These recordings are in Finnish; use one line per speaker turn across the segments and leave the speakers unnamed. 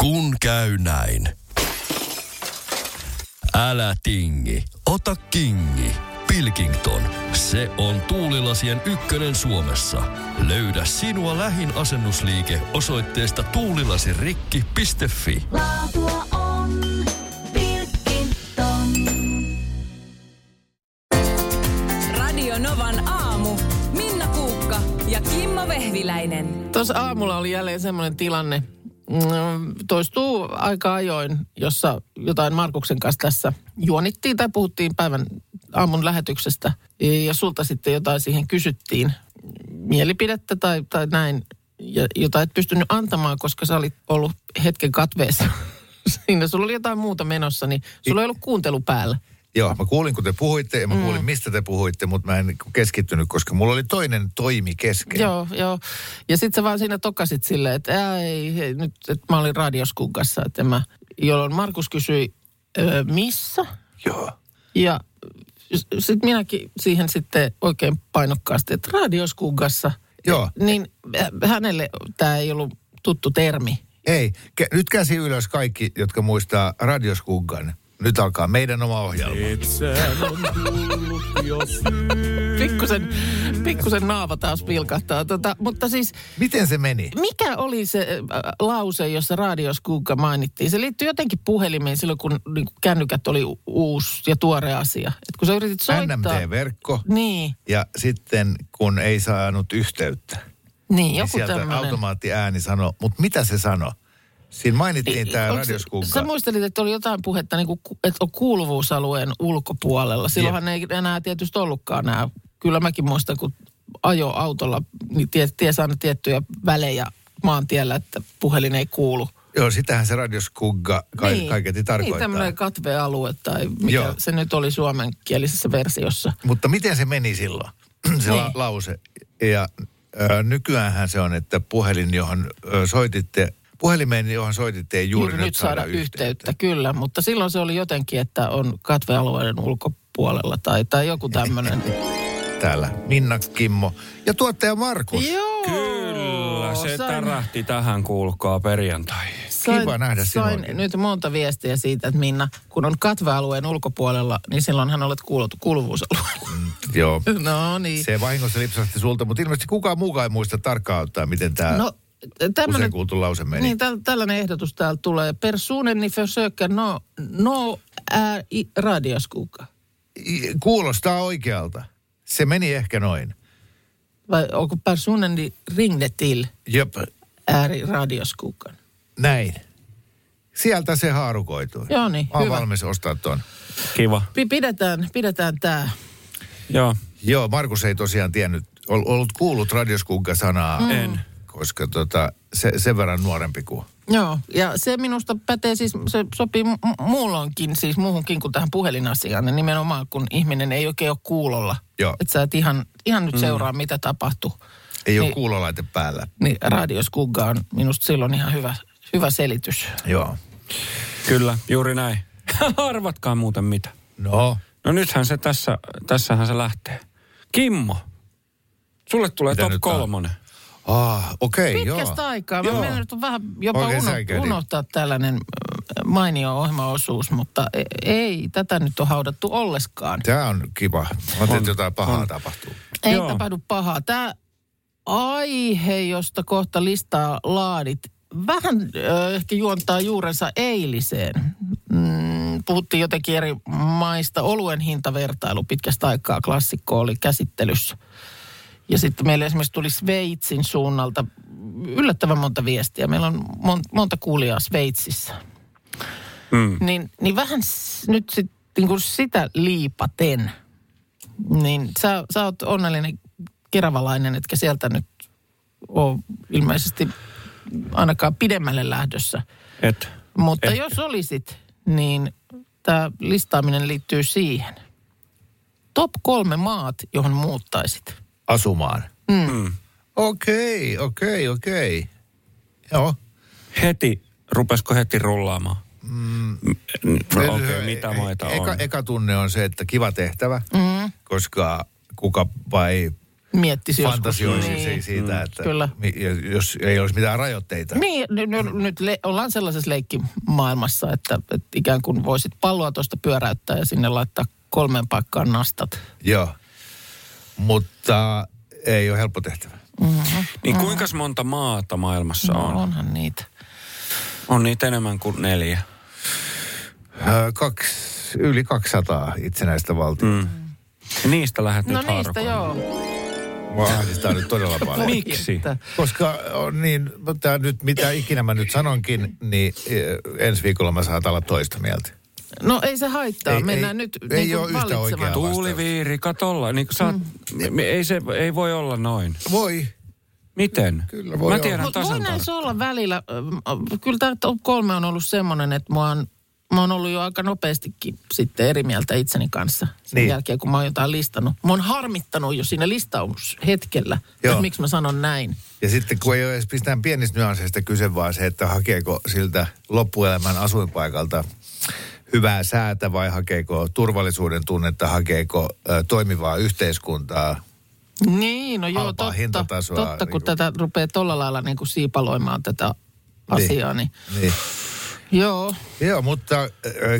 Kun käy näin. Älä tingi, ota kingi. Pilkington, se on tuulilasien ykkönen Suomessa. Löydä sinua lähin asennusliike osoitteesta tuulilasirikki.fi.
Laatua on Pilkington.
Radio Novan aamu. Minna Kuukka ja Kimmo Vehviläinen.
Tuossa aamulla oli jälleen semmoinen tilanne, mm, toistuu aika ajoin, jossa jotain Markuksen kanssa tässä juonittiin tai puhuttiin päivän aamun lähetyksestä. Ja sulta sitten jotain siihen kysyttiin, mielipidettä tai, tai näin, ja, jota et pystynyt antamaan, koska sä olit ollut hetken katveessa. Siinä sulla oli jotain muuta menossa, niin sulla ei ollut kuuntelu päällä.
Joo, mä kuulin kun te puhuitte
Mm.
ja mä kuulin mistä te puhuitte, mutta mä en niinku keskittynyt, koska mulla oli toinen toimi kesken.
Joo, joo. Ja sitten sä vaan siinä tokasit silleen, että ää, ei, hei, nyt että mä olin radioskukassa, että en mä, jolloin Markus kysyi, ö, missä?
Joo.
Ja sitten minäkin siihen sitten oikein painokkaasti, että radioskugassa.
Joo.
Niin hä- hänelle tämä ei ollut tuttu termi.
Ei, kä- nyt käsi ylös kaikki, jotka muistaa Radioskunkan. Nyt alkaa meidän oma ohjelma.
Pikkusen, pikkusen naava taas vilkahtaa. Tota, mutta siis
Miten se meni?
mikä oli se äh, lause, jossa radioskugga mainittiin? Se liittyy jotenkin puhelimeen silloin, kun niinku kännykät oli u- uusi ja tuore asia. Et kun sä yritit soittaa...
NMT-verkko.
Niin,
Ja sitten kun ei saanut yhteyttä,
niin
niin
joku
sieltä
tämmöinen.
automaattiääni sanoi, mutta mitä se sanoi? Siinä mainittiin tämä
Niin, Onks- Sä
Radioskunka.
muistelit, että oli jotain puhetta, niin kuin, että on kuuluvuusalueen ulkopuolella. Silloinhan ei enää tietysti ollutkaan nämä. Kyllä mäkin muistan, kun ajo autolla, niin tie, ties aina tiettyjä välejä maantiellä, että puhelin ei kuulu.
Joo, sitähän se Radioskunka ka- niin. kaiketi
Niin,
tarkoittaa.
tämmöinen katvealue tai mikä
Joo.
se nyt oli suomenkielisessä versiossa.
Mutta miten se meni silloin, se la-
Niin.
lause? Ja ö, nykyäänhän se on, että puhelin, johon ö, soititte, puhelimeen, johon soititte, ei juuri,
Juuri nyt saada yhteyttä.
yhteyttä.
yhteyttä, kyllä. Mutta silloin se oli jotenkin, että on katvealueiden ulkopuolella tai, tai joku tämmöinen.
Täällä Minna Kimmo ja tuottaja Markus.
Joo!
Kyllä, se
sain-
tärähti tähän, kuulkaa, perjantai.
Kiva nähdä sinua.
Sain nyt monta viestiä siitä, että Minna, kun on katvealueen ulkopuolella, niin silloinhan olet kuulut, kuuluvuusalueella.
Joo.
No niin.
Se vahingossa lipsahti sulta, mutta ilmeisesti kukaan muukaan ei muista tarkkaan ottaa, miten tämä
No,
no, usein
tämmöinen,
kuultu lause meni.
niin, täl, tällainen ehdotus täältä tulee. Personen ni försöker no, no är i radioskuka.
I- Kuulostaa oikealta. Se meni ehkä noin.
Vai onko personen ni ringde till
Jep,
är i radioskukan?
näin. Sieltä se haarukoitui.
Joo niin,
Mä oon
hyvä.
valmis ostaa ton.
Kiva.
Pi- Pidetään, pidetään tämä.
Joo.
Joo, Markus ei tosiaan tiennyt, ol- ollut kuullut radioskunka-sanaa. Mm. En. Koska tota, se, sen verran nuorempi kuin.
Joo, ja se minusta pätee siis, se sopii mu- muulloinkin, siis muuhunkin kuin tähän puhelinasiaan, niin nimenomaan kun ihminen ei oikein ole kuulolla.
Joo.
Että sä et ihan, ihan nyt seuraa, mm. mitä tapahtuu.
Ei ole
Niin.
kuulolaite päällä.
Niin radioskugga on minusta silloin ihan hyvä, hyvä selitys.
Joo.
Kyllä, juuri näin. Arvatkaa muuten mitä.
No,
No nythän se tässä, tässähän se lähtee. Kimmo, sulle tulee
Mitä
top
nyt tää on?
kolmonen.
ah, okei, joo.
Pitkästä aikaa. Mä
Joo.
menen nyt vähän jopa
Oikein
uno,
säikähdit.
unohtaa tällainen äh, mainio ohjelmaosuus, mutta e- ei tätä nyt ole haudattu olleskaan.
Tämä on kiva. Mä ajattelin, että jotain pahaa on. tapahtuu.
Ei Joo.
Joo.
tapahdu pahaa. Tämä aihe, josta kohta listaa laadit, vähän ö, ehkä juontaa juurensa eiliseen. Mm, puhuttiin jotenkin eri maista. Oluen hintavertailu pitkästä aikaa klassikko oli käsittelyssä. Ja sitten meille esimerkiksi tuli Sveitsin suunnalta yllättävän monta viestiä. Meillä on mon, monta kuulijaa Sveitsissä.
Mm.
Niin, niin vähän s- nyt sit, niin kuin sitä liipaten, niin sä, sä oot onnellinen keravalainen, etkä sieltä nyt ole ilmeisesti ainakaan pidemmälle lähdössä.
Et.
Mutta
Ehkä.
jos olisit, niin tämä listaaminen liittyy siihen. Top kolme maat, johon muuttaisit.
Asumaan. Mm. Okei, okei, okei. Joo.
Heti, rupesko heti rullaamaan? Mm. Okei, okay,
Eli-
mitä maita
e- eka,
on?
Eka tunne on se, että kiva tehtävä, mm. koska kukapa ei
miettisi
fantasioisin
joskus.
siis.
niin.
Mm.
siitä, että
Kyllä.
mi- ja jos ei olisi mitään rajoitteita.
Niin, n- n- nyt le- ollaan sellaisessa leikkimaailmassa, että, että ikään kuin voisit palloa tuosta pyöräyttää ja sinne laittaa kolmeen paikkaan nastat.
Joo. Mutta ei ole helppo tehtävä.
Niin kuinka monta maata maailmassa
No,
on?
onhan niitä.
On niitä enemmän kuin neljä.
Ö, Kaksi, yli 200 itsenäistä valtiota. Mm.
Ja niistä lähdet
No
nyt
niistä
haarukoimaan.
joo.
Mua ahdistaa nyt todella paljon.
Mi- Miksi?
Että-
Koska on niin, mutta nyt mitä ikinä mä nyt sanonkin, niin ö, ensi viikolla mä saatan olla toista mieltä.
No ei se haittaa,
Ei-
ei, mennään
ei-
nyt
ei
niin kuin
ole yhtä
valitsemaan.
oikeaa.
Tuuliviiri, katolla. Niin sä, oot- me- ei, se, ei voi olla noin.
Voi.
Miten?
Kyllä voi
Mä tiedän
Mutta voi
tasan
näissä olla välillä. ö, Kyllä tämä kolme on ollut semmoinen, että mä oon, mä oon ollut jo aika nopeastikin sitten eri mieltä itseni kanssa sen
Niin.
niin. jälkeen, kun mä oon jotain listannut. Mä oon harmittanut jo siinä listaushetkellä,
Joo.
että miksi mä sanon näin.
Ja sitten kun ei ole edes mistään pienistä nyansseista kyse, vaan se, että hakeeko siltä loppuelämän asuinpaikalta hyvää säätä vai hakeeko turvallisuuden tunnetta, hakeeko ö, toimivaa yhteiskuntaa.
Niin, no joo,
Halpaa
totta,
hintatasoa,
totta, kun
niinku.
tätä rupeaa tolla lailla niin kuin siipaloimaan tätä asiaa, niin,
Niin.
niin. joo.
Joo, mutta ö,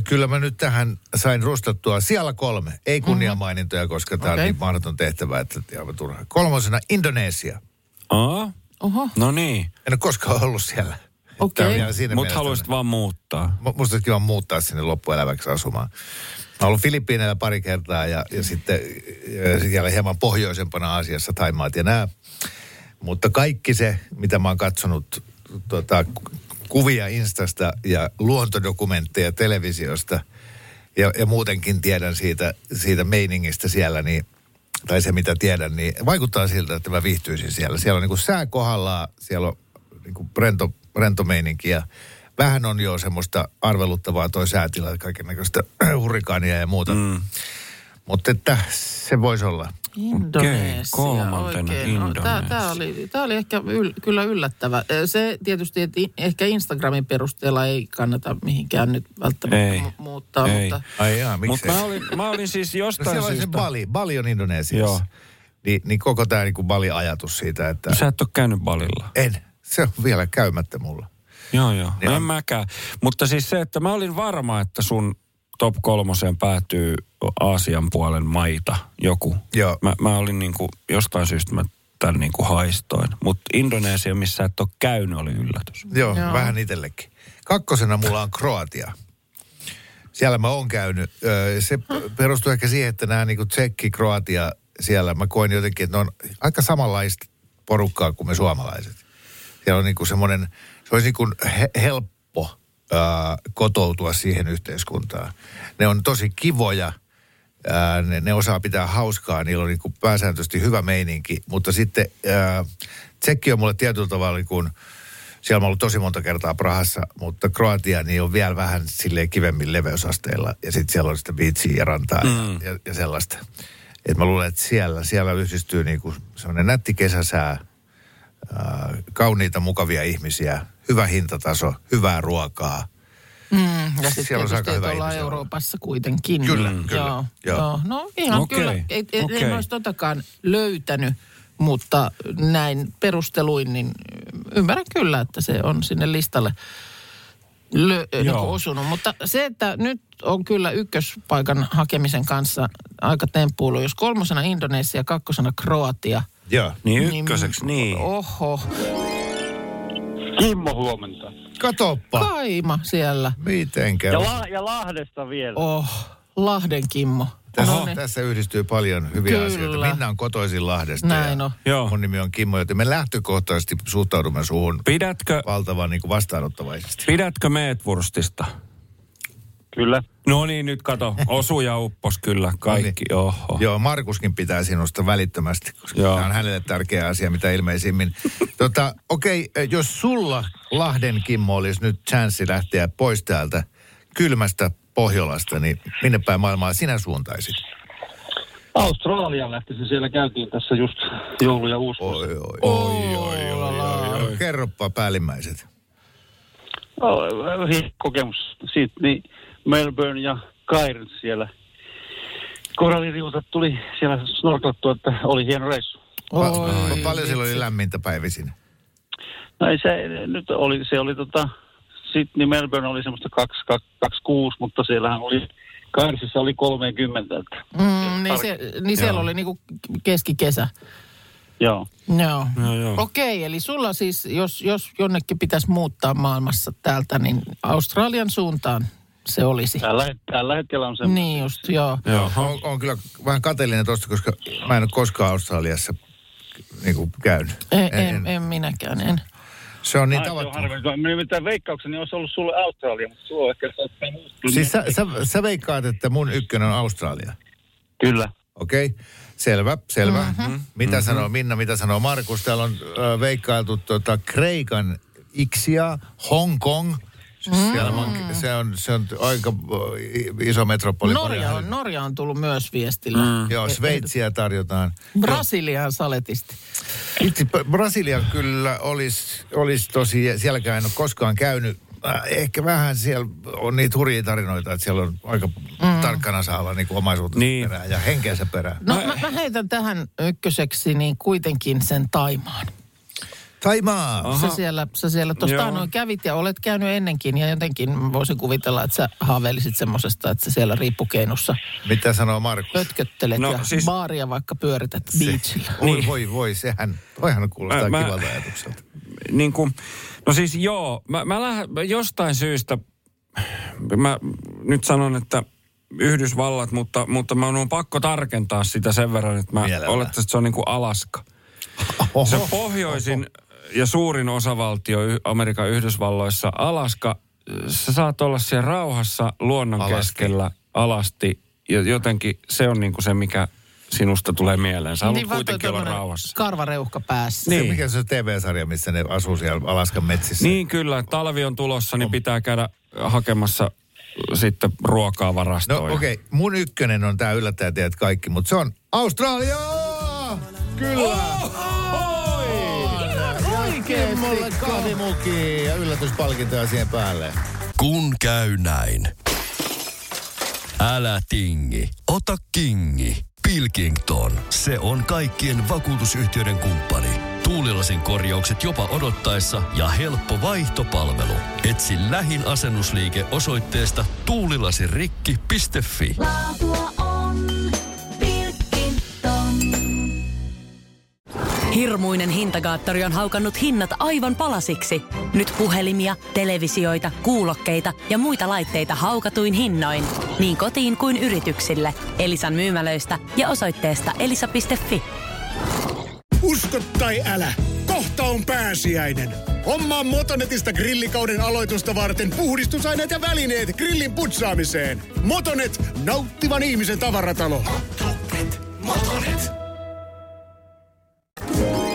kyllä mä nyt tähän sain rustattua siellä kolme. Ei kunniamainintoja, koska tämä okay. on
Okei.
niin mahdoton tehtävä, että aivan turha. Kolmosena Indonesia.
Aa?
Oho,
No niin.
En ole koskaan ollut siellä.
Okei.
Tää on vielä siinä
Mut
mielessä-
haluaisit vaan muuttaa.
Mu- Musta olisi kiva muuttaa sinne loppuelämäksi asumaan. Mä oon ollut Filippiineillä pari kertaa ja, ja sitten ja siellä hieman pohjoisempana Aasiassa, Taimaat ja nää. Mutta kaikki se, mitä mä oon katsonut tota, ku- kuvia Instasta ja luontodokumentteja televisiosta ja, ja muutenkin tiedän siitä, siitä meiningistä siellä, niin, tai se mitä tiedän, niin vaikuttaa siltä, että mä viihtyisin siellä. Siellä on niin kuin sää kohdallaan, siellä on niin kuin rento, rento meininki ja vähän on jo semmoista arveluttavaa toi säätila, kaiken näköistä hurrikaania ja muuta. Mm. Mutta että se voisi olla.
Indonesia.
kolmantena
oikein. No, tää,
Indonesia.
tää, oli, tää oli ehkä yl, kyllä yllättävä. Ö, Se tietysti, että i- ehkä Instagramin perusteella ei kannata mihinkään nyt välttämättä
Ei.
mu- muuttaa,
Ei.
mutta
Ai jaa, miksi
Mutta mä olin, mä olin siis
No
jostain
siellä oli se
syystä...
Bali, Bali on Indonesiassa. Joo.
Joo.
Ni, niin koko tämä niinku Bali-ajatus siitä, että
Sä et ole käynyt Balilla.
en, se on vielä käymättä mulla.
Joo, joo.
Niin
No
on.
en mäkään. Mutta siis se, että mä olin varma, että sun top kolmoseen päätyy Aasian puolen maita joku.
Joo.
Mä, mä olin niinku, jostain syystä mä tämän niinku haistoin. Mutta Indonesia, missä et ole käynyt, oli yllätys.
Joo, Joo.
Joo.
vähän itsellekin. Kakkosena mulla on Kroatia. Siellä mä oon käynyt. Öö, Se p- perustuu ehkä siihen, että nämä niinku tsekki, Kroatia siellä. Mä koin jotenkin, että ne on aika samanlaista porukkaa kuin me suomalaiset. Siellä on niinku semmoinen, se olisi niinku he, helppo öö, kotoutua siihen yhteiskuntaan. Ne on tosi kivoja. Ää, ne, ne osaa pitää hauskaa, niillä on niin kuin pääsääntöisesti hyvä meininki, mutta sitten ää, tsekki on mulle tietyllä tavalla niin kuin, siellä mä oon ollut tosi monta kertaa Prahassa, mutta Kroatia niin on vielä vähän silleen kivemmin leveysasteilla ja sitten siellä on sitä biitsiä ja rantaa mm. ja, ja sellaista. Et mä luulen, että siellä, siellä yhdistyy niin kuin semmoinen nätti kesäsää, ää, kauniita, mukavia ihmisiä, hyvä hintataso, hyvää ruokaa.
mm, ja sitten
Siellä on aika
tietysti,
hyvä
että ollaan
ihmisiä.
Euroopassa kuitenkin.
Kyllä,
Mm.
kyllä,
Joo,
joo.
joo. joo. No ihan
Okei,
okay. kyllä. Ei, ei, okay.
okei.
En olisi totakaan löytänyt, mutta näin perusteluin, niin ymmärrän kyllä, että se on sinne listalle lö, niin
Joo.
osunut. Mutta se, että nyt on kyllä ykköspaikan hakemisen kanssa aika temppuilu. Jos kolmosena Indonesia, kakkosena Kroatia.
Joo.
Niin ykköseksi, niin.
Oho,
Kimmo huomenta.
Katoppa,
Kaima siellä.
miten käy?
Ja, la- ja Lahdesta vielä.
Oh, Lahden Kimmo.
Tässä,
Noniin.
tässä yhdistyy paljon hyviä Kyllä.
No niin. Kyllä.
asioita. Minna on kotoisin Lahdesta
Näin
ja
on.
Joo.
mun nimi on Kimmo, joten me lähtökohtaisesti suhtaudumme suhun
Pidätkö,
valtavan niin kuin vastaanottavaisesti.
pidätkö Meetwurstista?
Kyllä.
No niin, nyt kato. Osuja uppos kyllä kaikki.
No niin.
Oho.
Joo, Markuskin pitää sinusta välittömästi, koska
Joo.
tämä on hänelle tärkeä asia, mitä ilmeisimmin. tota, okei, okay, jos sulla Lahden Kimmo olisi nyt chanssi lähteä pois täältä kylmästä Pohjolasta, niin minne päin maailmaa sinä suuntaisit?
Australian lähtisin. Siellä käytiin tässä just joulu ja uusi.
Oi, oi, oi, oi, oi, oi, oi. Kerropa päällimmäiset.
Oh, hi- kokemus siitä, niin Melbourne ja Cairns siellä. Koralliriutat tuli siellä snorklattua, että oli hieno reissu.
Pa-
Oi,
pa- paljon siellä oli
vitsi.
lämmintä päivisin?
No ei se, nyt oli, se oli tota, sit, niin Melbourne oli semmoista 226, mutta siellähän oli, Kairsissa oli 30. Että,
Mm, niin, se, niin siellä oli niinku keskikesä.
joo.
Joo.
Joo, joo.
Okei, eli sulla siis, jos, jos jonnekin pitäisi muuttaa maailmassa täältä, niin Australian suuntaan se olisi.
Tällä, het- tällä hetkellä on se. Niin.
Niin just, joo.
Joo.
On, on kyllä vähän kateellinen tosta, koska mä en ole koskaan Australiassa niin kuin käynyt.
En, E- en, en minäkään, en.
Se on niin
Ai, se on
tavattoman.
harvemmin. Mä nimittäin veikkaukseni niin olisi ollut sulle Australia, mutta sulla on ehkä saattaa muuttua.
Niin.
Siis sä, sä, sä veikkaat, että mun ykkönen on Australia.
Kyllä.
Okei, okay. selvä, selvä.
Mhm.
Mm-hmm. Mitä mm-hmm. sanoo Minna, mitä sanoo Markus? Täällä on äh, veikkailtu tota, Kreikan Iksia, Hong Kong.
Mhm.
Mm-hmm. Siellä on, se, on, se on aika äh, iso metropoli.
Norja on, Norja on tullut myös viestillä. Mm.
Joo, Sveitsiä tarjotaan.
Brasiliaan saletisti.
Itse P- Brasilia kyllä olisi olis tosi, sielläkään en ole koskaan käynyt. Äh, Ehkä vähän siellä on niitä hurjia tarinoita, että siellä on aika mm. tarkkana saa olla niin omaisuutta
Niin.
niin. perään ja henkeensä perään.
No mä, mä heitän tähän ykköseksi niin kuitenkin sen Taimaan.
Taimaa!
Ah.
Sä siellä, sä siellä tuosta
Joo.
noin kävit ja olet käynyt ennenkin ja jotenkin mä voisin kuvitella, että sä haaveilisit semmosesta, että sä siellä riippukeinussa
Mitä sanoo Markus?
pötköttelet no,
No,
ja siis...
siis-
baaria vaikka pyörität beachillä.
Oi, voi, voi, sehän, toihan kuulostaa
Niin. Mä-
mä,
mä-
kivalta ajatukselta.
niin kuin, no siis joo, mä, mä lähden mä jostain syystä, mä nyt sanon, että Yhdysvallat, mutta, mutta mä oon pakko tarkentaa sitä sen verran, että mä
Mielellään.
olettaisin, että se on niin kuin Alaska.
Oho,
Se on pohjoisin ja suurin osavaltio Y- Amerikan Yhdysvalloissa. Alaska, sä saat olla siellä rauhassa luonnon
Alasti.
alasti. keskellä alasti. Ja jotenkin se on niin kuin se, mikä sinusta tulee mieleen. Sä haluat
Niin, vaan toi
kuitenkin olla
tommonen
rauhassa.
Karvareuhka päässä.
se,
niin.
mikä se on TV-sarja, missä ne asuu siellä Alaskan metsissä?
Niin kyllä, talvi on tulossa, niin pitää käydä hakemassa sitten ruokaa
No
varastoon.
okei, okay. mun ykkönen on tää yllättäjä teidät kaikki, mutta se on Australia! Kyllä! Oikein mulle kahvimuki ja yllätyspalkintoja siihen päälle.
Kun käy näin. Älä tingi, ota kingi. Pilkington, se on kaikkien vakuutusyhtiöiden kumppani. Tuulilasin korjaukset jopa odottaessa ja helppo vaihtopalvelu. Etsi lähin asennusliike osoitteesta tuulilasirikki.fi.
Laatua on Pilkington.
Hirmuinen hintakaattori on haukannut hinnat aivan palasiksi. Nyt puhelimia, televisioita, kuulokkeita ja muita laitteita haukatuin hinnoin. Niin kotiin kuin yrityksille. Elisan myymälöistä ja osoitteesta elisa.fi.
Usko tai älä, kohta on pääsiäinen. Hommaa Motonetista grillikauden aloitusta varten puhdistusaineet ja välineet grillin putsaamiseen. Motonet, nauttivan ihmisen tavaratalo.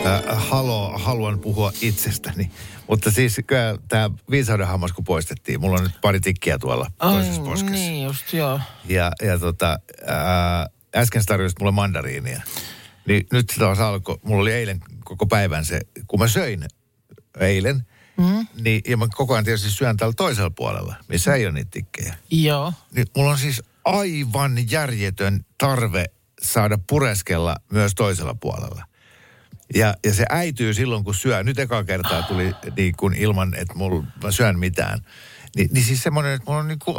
Äh, halo, haluan puhua itsestäni. Mutta siis tämä viisauden hammas, kun poistettiin, mulla on nyt pari tikkiä tuolla toisessa
Ai,
poskessa.
niin just, joo.
Ja, ja tota, ää, äsken sä tarjosit mulle mandariinia. Niin nyt se taas alkoi, mulla oli eilen koko päivän se, kun mä söin eilen, mm. niin, ja mä koko ajan tietysti syön täällä toisella puolella, missä ei ole niitä tikkejä.
Joo.
Niin mulla on siis aivan järjetön tarve saada pureskella myös toisella puolella. Ja, ja se äityy silloin, kun syö. Nyt eka kertaa tuli niin kuin ilman, että mul, mä syön mitään. Ni, niin siis semmoinen, että mulla on niin kuin,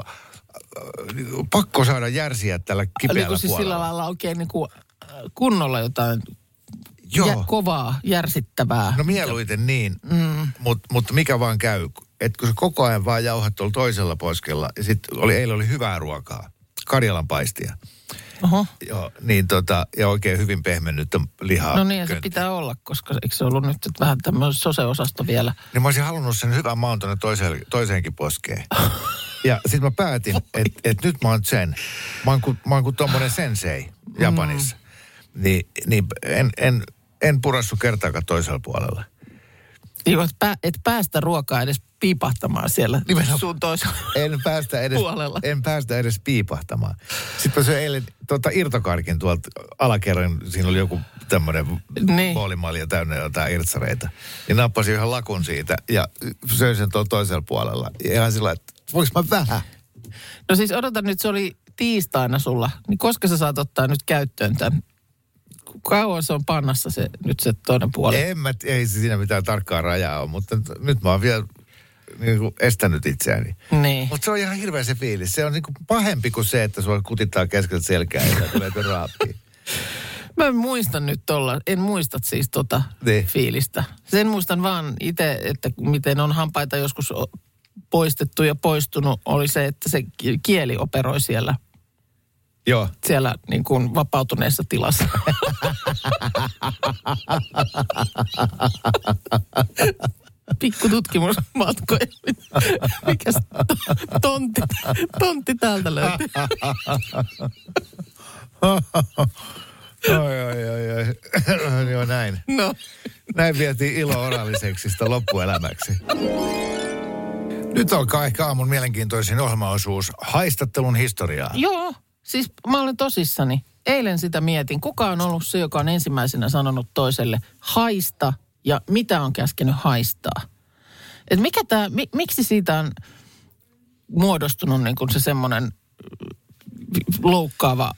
pakko saada järsiä tällä kipeällä
Oliko siis sillä
puolella.
lailla oikein niin kuin äh, kunnolla jotain
Joo.
jä, kovaa, järsittävää?
No mieluiten niin, mm. mutta mut mikä vaan käy. Että kun se koko ajan vaan jauhat tuolla toisella poskella, ja sitten oli, eilen oli hyvää ruokaa, Karjalan paistia.
Oho.
Joo, niin tota, ja oikein hyvin pehmennyttä lihaa.
No niin, ja se
Könt-
pitää olla, koska eikö se ollut nyt että vähän tämmöinen sose-osasto vielä?
Niin mä olisin halunnut sen hyvän maun tuonne toiseen, toiseenkin poskeen. ja sitten mä päätin, että et nyt mä oon sen. Mä oon kuin, mä oon kuin tommonen sensei Japanissa. Mm. Niin, niin en, en, en purassu kertaakaan toisella puolella.
Niin, kun et pää- et päästä ruokaa edes piipahtamaan siellä Nimenomaan. sun toisella.
En päästä edes,
Puolella.
en päästä edes piipahtamaan. Sitten mä söin eilen tota, irtokarkin tuolta alakerran. Siinä oli joku tämmöinen
Niin.
niin. boolimalja täynnä jotain irtsareita. Ja nappasin yhden lakun siitä ja söin sen tuolla toisella puolella. Ja ihan sillä lailla, että voinko mä vähän?
No siis odotan nyt, se oli tiistaina sulla. Niin koska sä saat ottaa nyt käyttöön tämän? kauan se on pannassa se, nyt se toinen puoli.
En mä, ei siinä mitään tarkkaa rajaa ole, mutta t- nyt mä oon vielä niin kuin estänyt itseäni.
Niin.
Mutta se on ihan hirveä se fiilis. Se on niin kuin pahempi kuin se, että sua kutittaa keskeltä selkää ja sä tulet raappiin.
Mä en muista nyt tolla, en muista siis tota
Niin.
fiilistä. Sen muistan vaan itse, että miten on hampaita joskus o- poistettu ja poistunut, oli se, että se ki- kieli operoi siellä,
Joo.
siellä niin kuin vapautuneessa tilassa. Pikku tutkimusmatkoja. Mikäs t- tontti, tontti täältä löytyy?
Oi, oi, oi, oi. Joo, niin, näin.
No.
Näin vietiin ilo oraliseksista loppuelämäksi. Nyt alkaa ehkä aamun mielenkiintoisin ohjelmaosuus, haistattelun historiaa.
Joo, siis mä olen tosissani. Eilen sitä mietin. Kuka on ollut se, joka on ensimmäisenä sanonut toiselle haista ja mitä on käskenyt haistaa? Et mikä tää, mi, miksi siitä on muodostunut niin kun se semmoinen loukkaava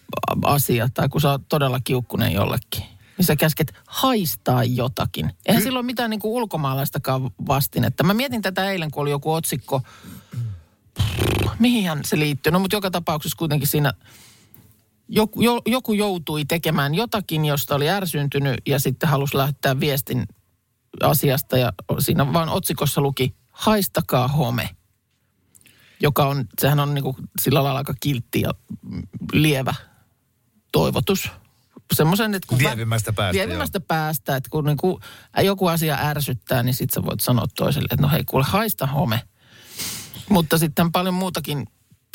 asia, tai kun sä oot todella kiukkunen jollekin, niin sä käsket haistaa jotakin. Eihän sillä ole mitään niin kuin ulkomaalaistakaan vastinetta. Mä mietin tätä eilen, kun oli joku otsikko, mihinhän se liittyy? No mutta joka tapauksessa kuitenkin siinä joku, jo, joku joutui tekemään jotakin, josta oli ärsyntynyt ja sitten halusi lähettää viestin asiasta ja siinä vaan otsikossa luki haistakaa home, joka on, sehän on niinku sillä lailla aika kiltti ja mm, lievä toivotus. Semmoisen, että kun vä-
Lievimmästä päästä,
lievimmästä päästä että kun niinku joku asia ärsyttää, niin sitten sä voit sanoa toiselle, että no hei kuule haista home. Mutta sitten paljon muutakin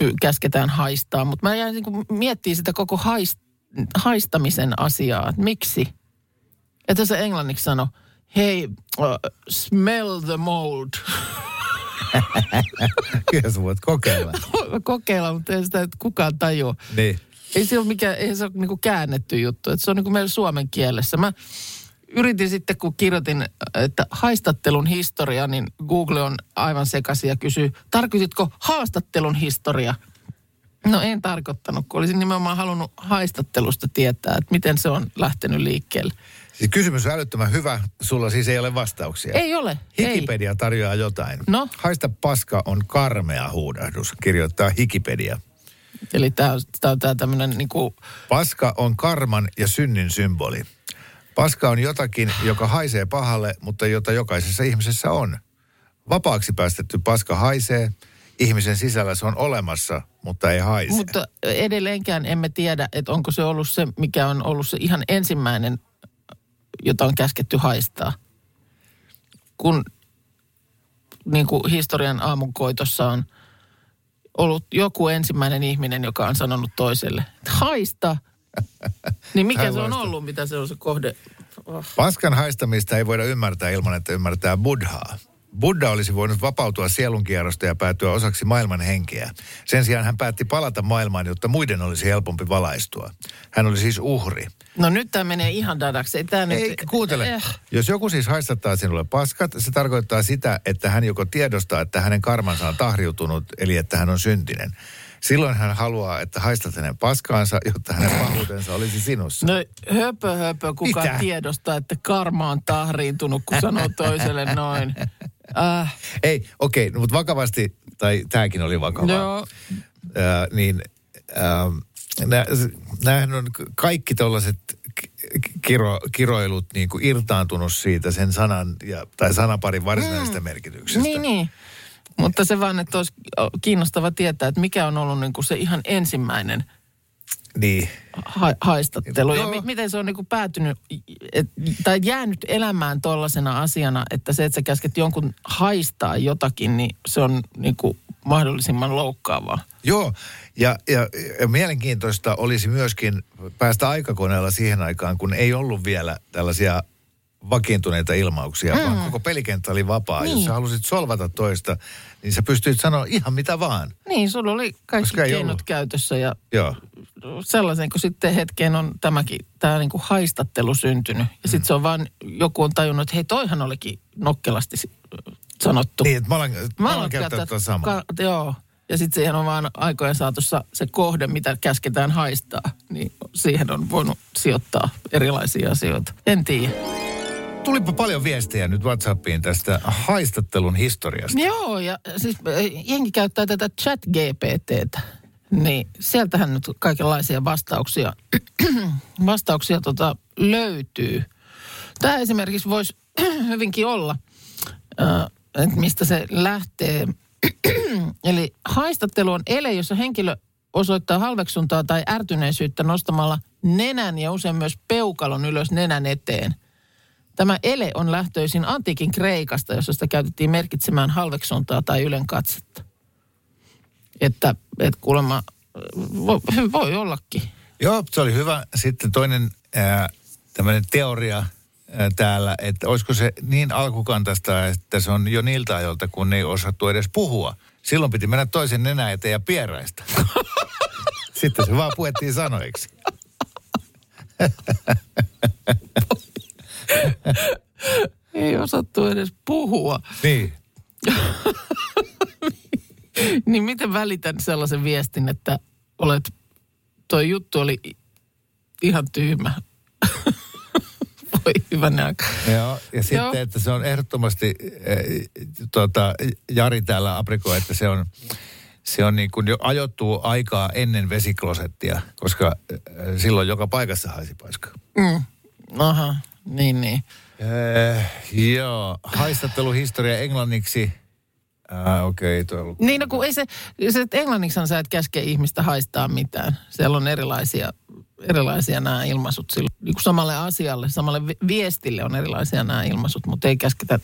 py- käsketään haistaa. Mutta mä jäin niin miettimään sitä koko haist- haistamisen asiaa, että miksi. Että se englanniksi sano, hei, uh, smell the mold.
Kyllä sä voit kokeilla.
Voin mä kokeilla, mutta ei sitä nyt kukaan tajua.
Niin.
Ei se ole, mikä, ei se ole niinku käännetty juttu. Että se on niinku meillä suomen kielessä. Mä yritin sitten, kun kirjoitin, että haistattelun historia, niin Google on aivan sekaisin ja kysyy, tarkoititko haastattelun historia? No en tarkoittanut, kun olisin nimenomaan halunnut haistattelusta tietää, että miten se on lähtenyt liikkeelle.
Siis kysymys on älyttömän hyvä, sulla siis ei ole vastauksia.
Ei ole, ei.
Hikipedia tarjoaa jotain.
No?
Haista paska on karmea huudahdus, kirjoittaa Hikipedia.
Eli tämä on, tää on tää tämmöinen niinku,
Paska on karman ja synnin symboli. Paska on jotakin, joka haisee pahalle, mutta jota jokaisessa ihmisessä on. Vapaaksi päästetty paska haisee, ihmisen sisällä se on olemassa, mutta ei haise.
mutta edelleenkään emme tiedä, että onko se ollut se, mikä on ollut se ihan ensimmäinen, jota on käsketty haistaa. Kun niin kuin historian aamunkoitossa on ollut joku ensimmäinen ihminen, joka on sanonut toiselle, että haista. Niin mikä se on
Haista.
ollut, mitä se on se kohde?
Paskan haistamista ei voida ymmärtää ilman, että ymmärtää buddhaa. Buddha olisi voinut vapautua sielunkierrosta ja päätyä osaksi maailman henkeä. Sen sijaan hän päätti palata maailmaan, jotta muiden olisi helpompi valaistua. Hän oli siis uhri.
No nyt tämä menee ihan dadaksi. Ei, tää nyt...
Ei, kuuntele.
Eh.
Jos joku siis haistattaa sinulle paskat, se tarkoittaa sitä, että hän joko tiedostaa, että hänen karmansa on tahriutunut, eli että hän on syntinen. Silloin hän haluaa, että haistat hänen paskaansa, jotta hänen pahuutensa olisi sinussa.
No höpö höpö, kuka
Mitä?
tiedostaa, että karma on tahriintunut, kun sanoo toiselle noin. Äh,
Ei, okei, no, mutta vakavasti, tai tämäkin oli vakavaa.
joo,
Ö, niin nämähän on k- kaikki tällaiset kiro, kiroilut niin kuin irtaantunut siitä sen sanan ja, tai sanaparin varsinaisesta mm. merkityksestä.
niin niin. Mutta se vaan, että olisi kiinnostava tietää, että mikä on ollut niin kuin se ihan ensimmäinen
niin.
ha- haistattelu. Ja
Joo.
mi- miten se on niin kuin päätynyt et, tai jäänyt elämään tuollaisena asiana, että se, että sä käsket jonkun haistaa jotakin, niin se on niin kuin mahdollisimman loukkaavaa.
Joo, ja, ja, ja mielenkiintoista olisi myöskin päästä aikakoneella siihen aikaan, kun ei ollut vielä tällaisia vakiintuneita ilmauksia, mm. vaan koko pelikenttä oli vapaa. Niin. Jos sä halusit solvata toista, niin sä pystyit sanoa ihan mitä vaan.
Niin, sulla oli kaikki
Koska ei
keinot
ollut.
käytössä ja
Joo.
sellaisen, kun sitten hetkeen on tämäkin, tämä niinku haistattelu syntynyt. Ja
Mm.
sitten se on vaan, joku on tajunnut, että hei toihan olikin nokkelasti s- sanottu.
Niin, että mä olen, mä olen
aloin
käyttänyt
käyttää
tätä samaa.
Ka- joo. Ja sitten siihen on vaan aikojen saatossa se kohde, mitä käsketään haistaa. Niin siihen on voinut sijoittaa erilaisia asioita. En tiedä.
Tulipa paljon viestejä nyt WhatsAppiin tästä haistattelun historiasta.
Joo, ja siis eh, jengi käyttää tätä chat GPTtä. Niin, sieltähän nyt kaikenlaisia vastauksia, vastauksia tota löytyy. Tämä esimerkiksi voisi hyvinkin olla, äh, että mistä se lähtee. Eli haistattelu on ele, jossa henkilö osoittaa halveksuntaa tai ärtyneisyyttä nostamalla nenän ja usein myös peukalon ylös nenän eteen. Tämä ele on lähtöisin antiikin Kreikasta, jossa sitä käytettiin merkitsemään halveksuntaa tai ylenkatsetta. Että, et kuulemma voi, voi ollakin.
Joo, se oli hyvä. Sitten toinen ää, tämmöinen teoria ää, täällä, että olisiko se niin alkukantaista, että se on jo niiltä ajoilta, kun ei osattu edes puhua. Silloin piti mennä toisen nenä eteen ja pieräistä. Sitten se vaan puettiin sanoiksi.
Ei osattu edes puhua.
Niin.
Niin miten välitän sellaisen viestin, että olet, toi juttu oli i- ihan tyhmä. Voi hyvänä aika.
Joo, ja sitten,
Joo.
että se on ehdottomasti, äh, tota, Jari täällä aprikoi, että se on, se on niin kuin jo ajoittuu aikaa ennen vesiklosettia, koska äh, silloin joka paikassa haisi paska.
Aha, niin niin.
Äh, joo, haistatteluhistoria englanniksi. Äh, Okei, okay, tuo on ollut.
Niin no kun ei se, se että englanniksi sä et käske ihmistä haistaa mitään. Siellä on erilaisia, erilaisia nämä ilmaisut. Sillä, niin kuin samalle asialle, samalle vi- viestille on erilaisia nämä ilmaisut, mutta ei käsketä.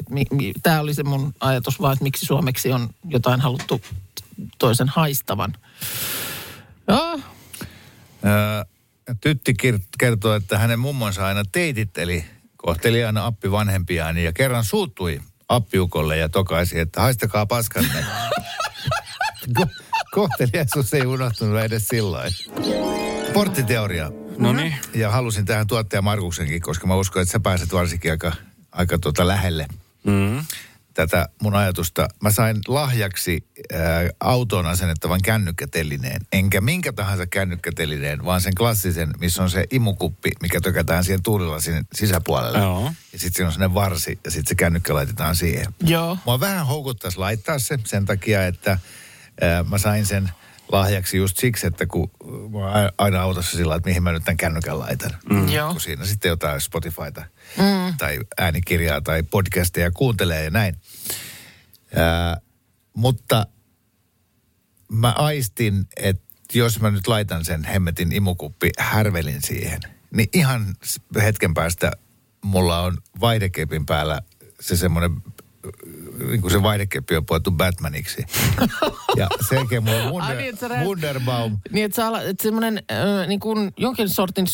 et Mi, mi, Tämä oli se mun ajatus vaan, että miksi suomeksi on jotain haluttu toisen haistavan. Ah, Joo,
Äh, tytti kir- kertoo, että hänen mummonsa aina teititteli, kohteli aina appi vanhempiaan ja kerran suuttui appiukolle ja tokaisi, että haistakaa paskanne. Ko- kohteliaisuus ei unohtunut edes silloin. Porttiteoria.
Mhm.
No niin.
Ja halusin tähän tuottaja Markuksenkin, koska mä uskon, että sä pääset varsinkin aika, aika tuota lähelle
Mm.
tätä mun ajatusta. Mä sain lahjaksi äh, autoon asennettavan kännykkätelineen. Enkä minkä tahansa kännykkätelineen, vaan sen klassisen, missä on se imukuppi, mikä tökätään siihen tuulilla sinne sisäpuolelle.
Joo.
Ja sitten siinä on sellainen varsi ja sitten se kännykkä laitetaan siihen.
joo.
Mua vähän houkuttaisi laittaa se sen takia, että ää, mä sain sen lahjaksi just siksi, että kun mä oon a- aina autossa sillä, että mihin mä nyt tämän kännykän laitan. Mm.
Joo.
Kun siinä sitten jotain Spotifyta mm. tai äänikirjaa tai podcasteja kuuntelee ja näin. Ää, mutta mä aistin, että jos mä nyt laitan sen hemmetin imukuppi härvelin siihen, niin ihan s- hetken päästä mulla on vaihdekepin päällä se semmoinen, niin kuin se vaihdekeppi on puettu Batmaniksi. ja sen jälkeen mulla on
Ai niin,
Wunder,
että sä näet-
Wunderbaum.
Niin, että, ala, että semmoinen ö, niin kuin jonkin sortin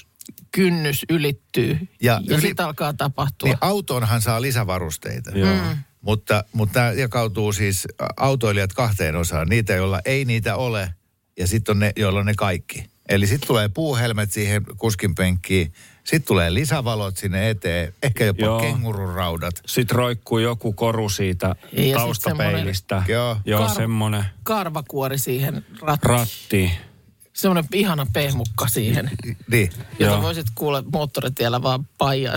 somistuskynnys ylittyy ja,
Ja
ja
yli-
sitten alkaa tapahtua.
Niin autoonhan saa lisävarusteita.
Joo. Mm.
Mutta, mutta tämä jakautuu siis ä, autoilijat kahteen osaan. Niitä, joilla ei niitä ole, ja sitten on ne, joilla on ne kaikki. Eli sitten tulee puuhelmet siihen kuskin penkkiin, sitten tulee lisävalot sinne eteen, ehkä jopa
Joo.
Joo. kengurun raudat.
Sitten roikkuu joku koru siitä
Ja sit
taustapeilistä.
semmonen- Joo.
Joo,
Kar-
semmonen
karvakuori siihen rattiin.
ratti.
Semmoinen ihana pehmukka siihen,
Niin,
jota
Joo.
voisit kuulla moottoritiellä vaan paijaa.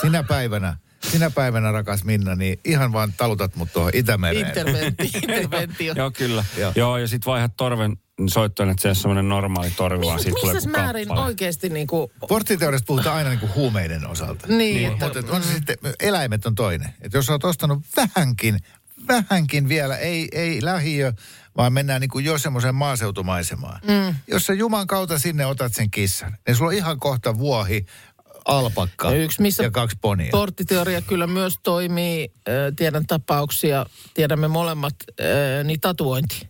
sinä päivänä, sinä päivänä rakas Minna, niin ihan vaan talutat mut tuohon Itämereen.
Interventi, interventio.
Joo, kyllä.
Joo.
Joo, ja sitten vaihdat torven soittoon, että se on semmoinen normaali torvi, vaan siitä tulee
Missä
kuin
määrin
kappale.
oikeasti niin kuin,
Porttiteoriasta puhutaan aina niin kuin huumeiden osalta.
niin, niin, että
Mutta on se sitten, eläimet on toinen. Että jos sä oot ostanut vähänkin, vähänkin vielä, ei, ei lähiö, vaan mennään niin kuin jo semmoiseen maaseutumaisemaan. Mm. Jos sä juman kautta sinne otat sen kissan, niin sulla on ihan kohta vuohi, alpakka
Ja yksi, missä
ja kaksi
Niin.
ponia.
Porttiteoria kyllä myös toimii, ö, tiedän tapauksia, tiedämme molemmat, ö, niin tatuointi.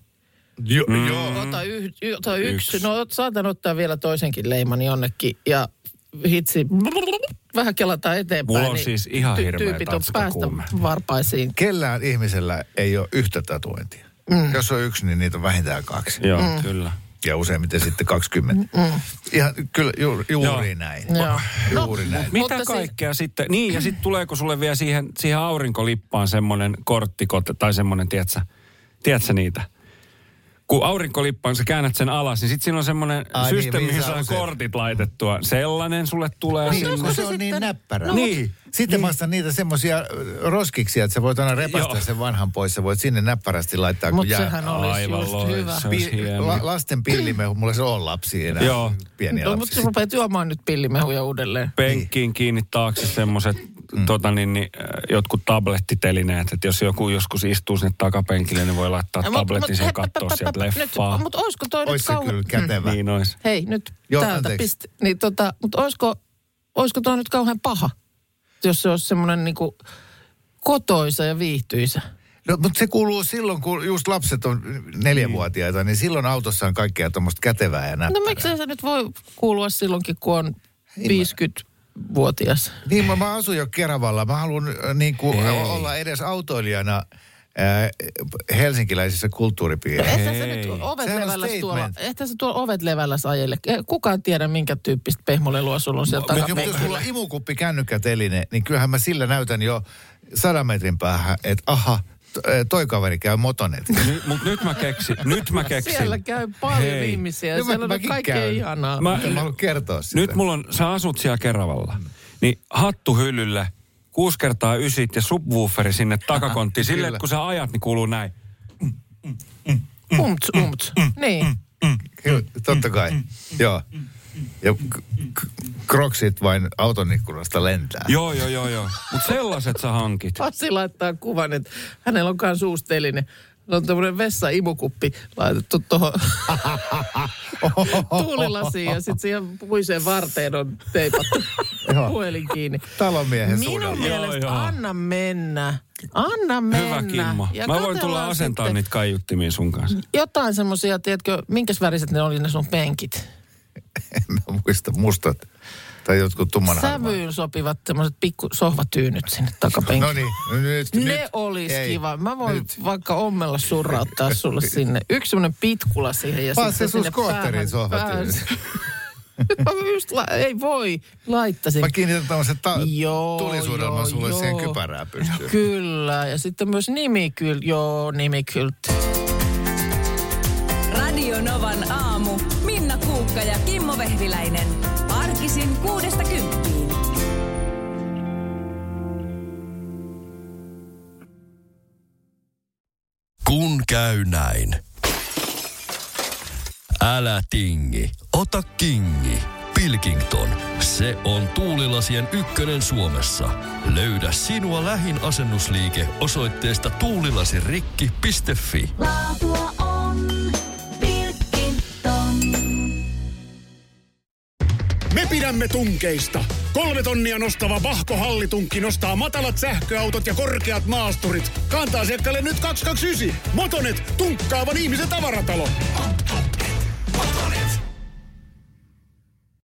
jo, mm. Joo.
Ota, yh, y, ota yksi. No ot- saatan ottaa vielä toisenkin leiman jonnekin ja hitsi, vähän kelataan eteenpäin. niin
Mulla on siis ihan hirveä
Tyypit on päästä
tatskakuume.
varpaisiin.
Kellään ihmisellä ei ole yhtä tatuointia. Mm. Jos on yksi, niin niitä on vähintään kaksi.
Joo, mm. kyllä.
Ja useimmiten sitten 20. Mm. Ihan kyllä ju, juuri Joo. näin.
Joo.
Juuri no, näin.
Mitä
Mutta
Mutta
siis-
kaikkea siis... sitten? Niin, ja sitten tuleeko sulle vielä siihen, siihen aurinkolippaan semmoinen korttikot tai semmoinen, tietsä, Tiedätkö niitä? Kun aurinko lippaa, kun sä käännät sen alas, niin sitten siinä on semmoinen
Ai niin,
systeemi,
mihin
mihin saa
saa usein.
kortit laitettua. Sellainen sulle tulee
Niin,
sinne.
kun se on niin näppärä.
No, Niin.
Sitten mä ostan niitä semmoisia roskiksia, että sä voit aina repästä
Joo.
sen vanhan pois. Sä voit sinne näppärästi laittaa, kun
Mutta
jää.
sehän olisi
Aivan
just
loistava.
hyvä.
Se olisi hieno.
la, lasten pillimehu, mulla se on lapsi enää.
Joo.
Pieniä
No, mutta
lapsia.
sä rupeat juomaan nyt pillimehuja uudelleen.
penkkiin kiinni taakse semmoiset mm. tota, niin, niin, äh, jotkut tablettitelineet. Että jos joku joskus istuu sinne takapenkille, niin voi laittaa
Ja mut-
tabletin
mut-
sen
hep- hep-
katsoa
hep-
sieltä
hep-
leffaa.
Nyt, mutta olisiko toi
Ois
nyt
se
kauhean...
kyllä kätevä.
Niin ois.
Hei, nyt
Joo,
täältä
anteeksi.
pisti. Niin tota, mutta olisiko, olisiko toi nyt kauhean paha, jos se olisi semmoinen niinku kotoisa ja viihtyisä?
No, mutta se kuuluu silloin, kun just lapset on neljävuotiaita, niin silloin autossa on kaikkea tuommoista kätevää ja
No
näppärää.
miksei se nyt voi kuulua silloinkin, kun on 50-vuotias?
Niin, mä, mä asun jo Keravalla. Mä haluan äh, niin kuin, olla edes autoilijana äh, helsinkiläisissä kulttuuripiireissä.
Eihän se nyt ovet
Sehän on
levälläs tuolla,
statement.
eihän se tuolla ovet levälläs ajelle. Eh, Kukaan tiedä, minkä tyyppistä pehmolelua sulla on siellä
Mutta jos
takapenkillä.
mulla on imukuppi kännykkäteline, niin kyllähän mä sillä näytän jo sadan metrin päähän, että aha, t- toi kaveri käy motonet.
Ny, mut nyt mä keksin. Nyt mä keksin.
Siellä käy paljon
Hei.
ihmisiä.
No
No,
mä-
siellä on
mäkin
kaikkea
käyn.
ihanaa.
Mä-
Mitä mä haluan kertoa sitä.
Nyt mulla on, sä asut siellä Keravalla. Niin hattu hyllylle, kuusi kertaa ysit ja subwooferi sinne takakonttiin. Sille,
Kyllä.
kun sä ajat, niin kuuluu näin. mm,
Umts, umts. Niin.
Kyllä, totta kai. Joo. Ja k- k- kroksit vain auton ikkunasta lentää.
Joo, joo, joo, joo. Mut sellaiset sä hankit.
Pasi laittaa kuvan, että hänellä on kans uusi teline. Sillä on tämmöinen vessaimukuppi laitettu tuohon tuulilasiin ja sitten siihen puiseen varteen on teipattu
Joo.
puhelin kiinni.
Talomiehen
Minun
suunnalla.
mielestä
joo.
anna mennä. Anna mennä.
Hyvä Kimmo.
Ja
Mä voin
katsellaan
tulla asentaa
sitten
niitä kaiuttimia sun kanssa.
Jotain semmoisia, tiedätkö, minkäs väriset ne oli ne sun penkit?
En mä muista mustat tai jotkut tumman
Sävyyn sopivat semmoiset pikku sohvatyynyt sinne takapenkille.
No niin, nyt,
Ne
nyt.
olisi
Ei.
kiva. Mä voin
Nyt.
vaikka ommella surrauttaa sulle sinne. Yksi semmoinen pitkula siihen. Ja
Vaan
sitten
se sun
sinne
skootterin
päähän-
sohvatyyny.
päähän- Mä just la- ei voi. Laittaisin.
Mä kiinnitän tämmöisen ta-
Joo,
tulisuudelman
joo,
sulle
joo.
siihen kypärää pystyyn.
Kyllä. Ja sitten myös nimikyl. Joo, nimikylt.
Radio Novan aamu. Minna Kuukka ja Kimmo Vehviläinen. Arkisin kuudesta kymppiin.
Kun käy näin. Älä tingi, ota kingi. Pilkington, se on tuulilasien ykkönen Suomessa. Löydä sinua lähin asennusliike osoitteesta tuulilasirikki.fi.
Laatua on Pilkington.
Me pidämme tunkeista. Kolme tonnia nostava Vahko Hallitunkki nostaa matalat sähköautot ja korkeat maasturit. Kantaa asiakkaalle nyt 229. Motonet, tunkkaavan ihmisen tavaratalo.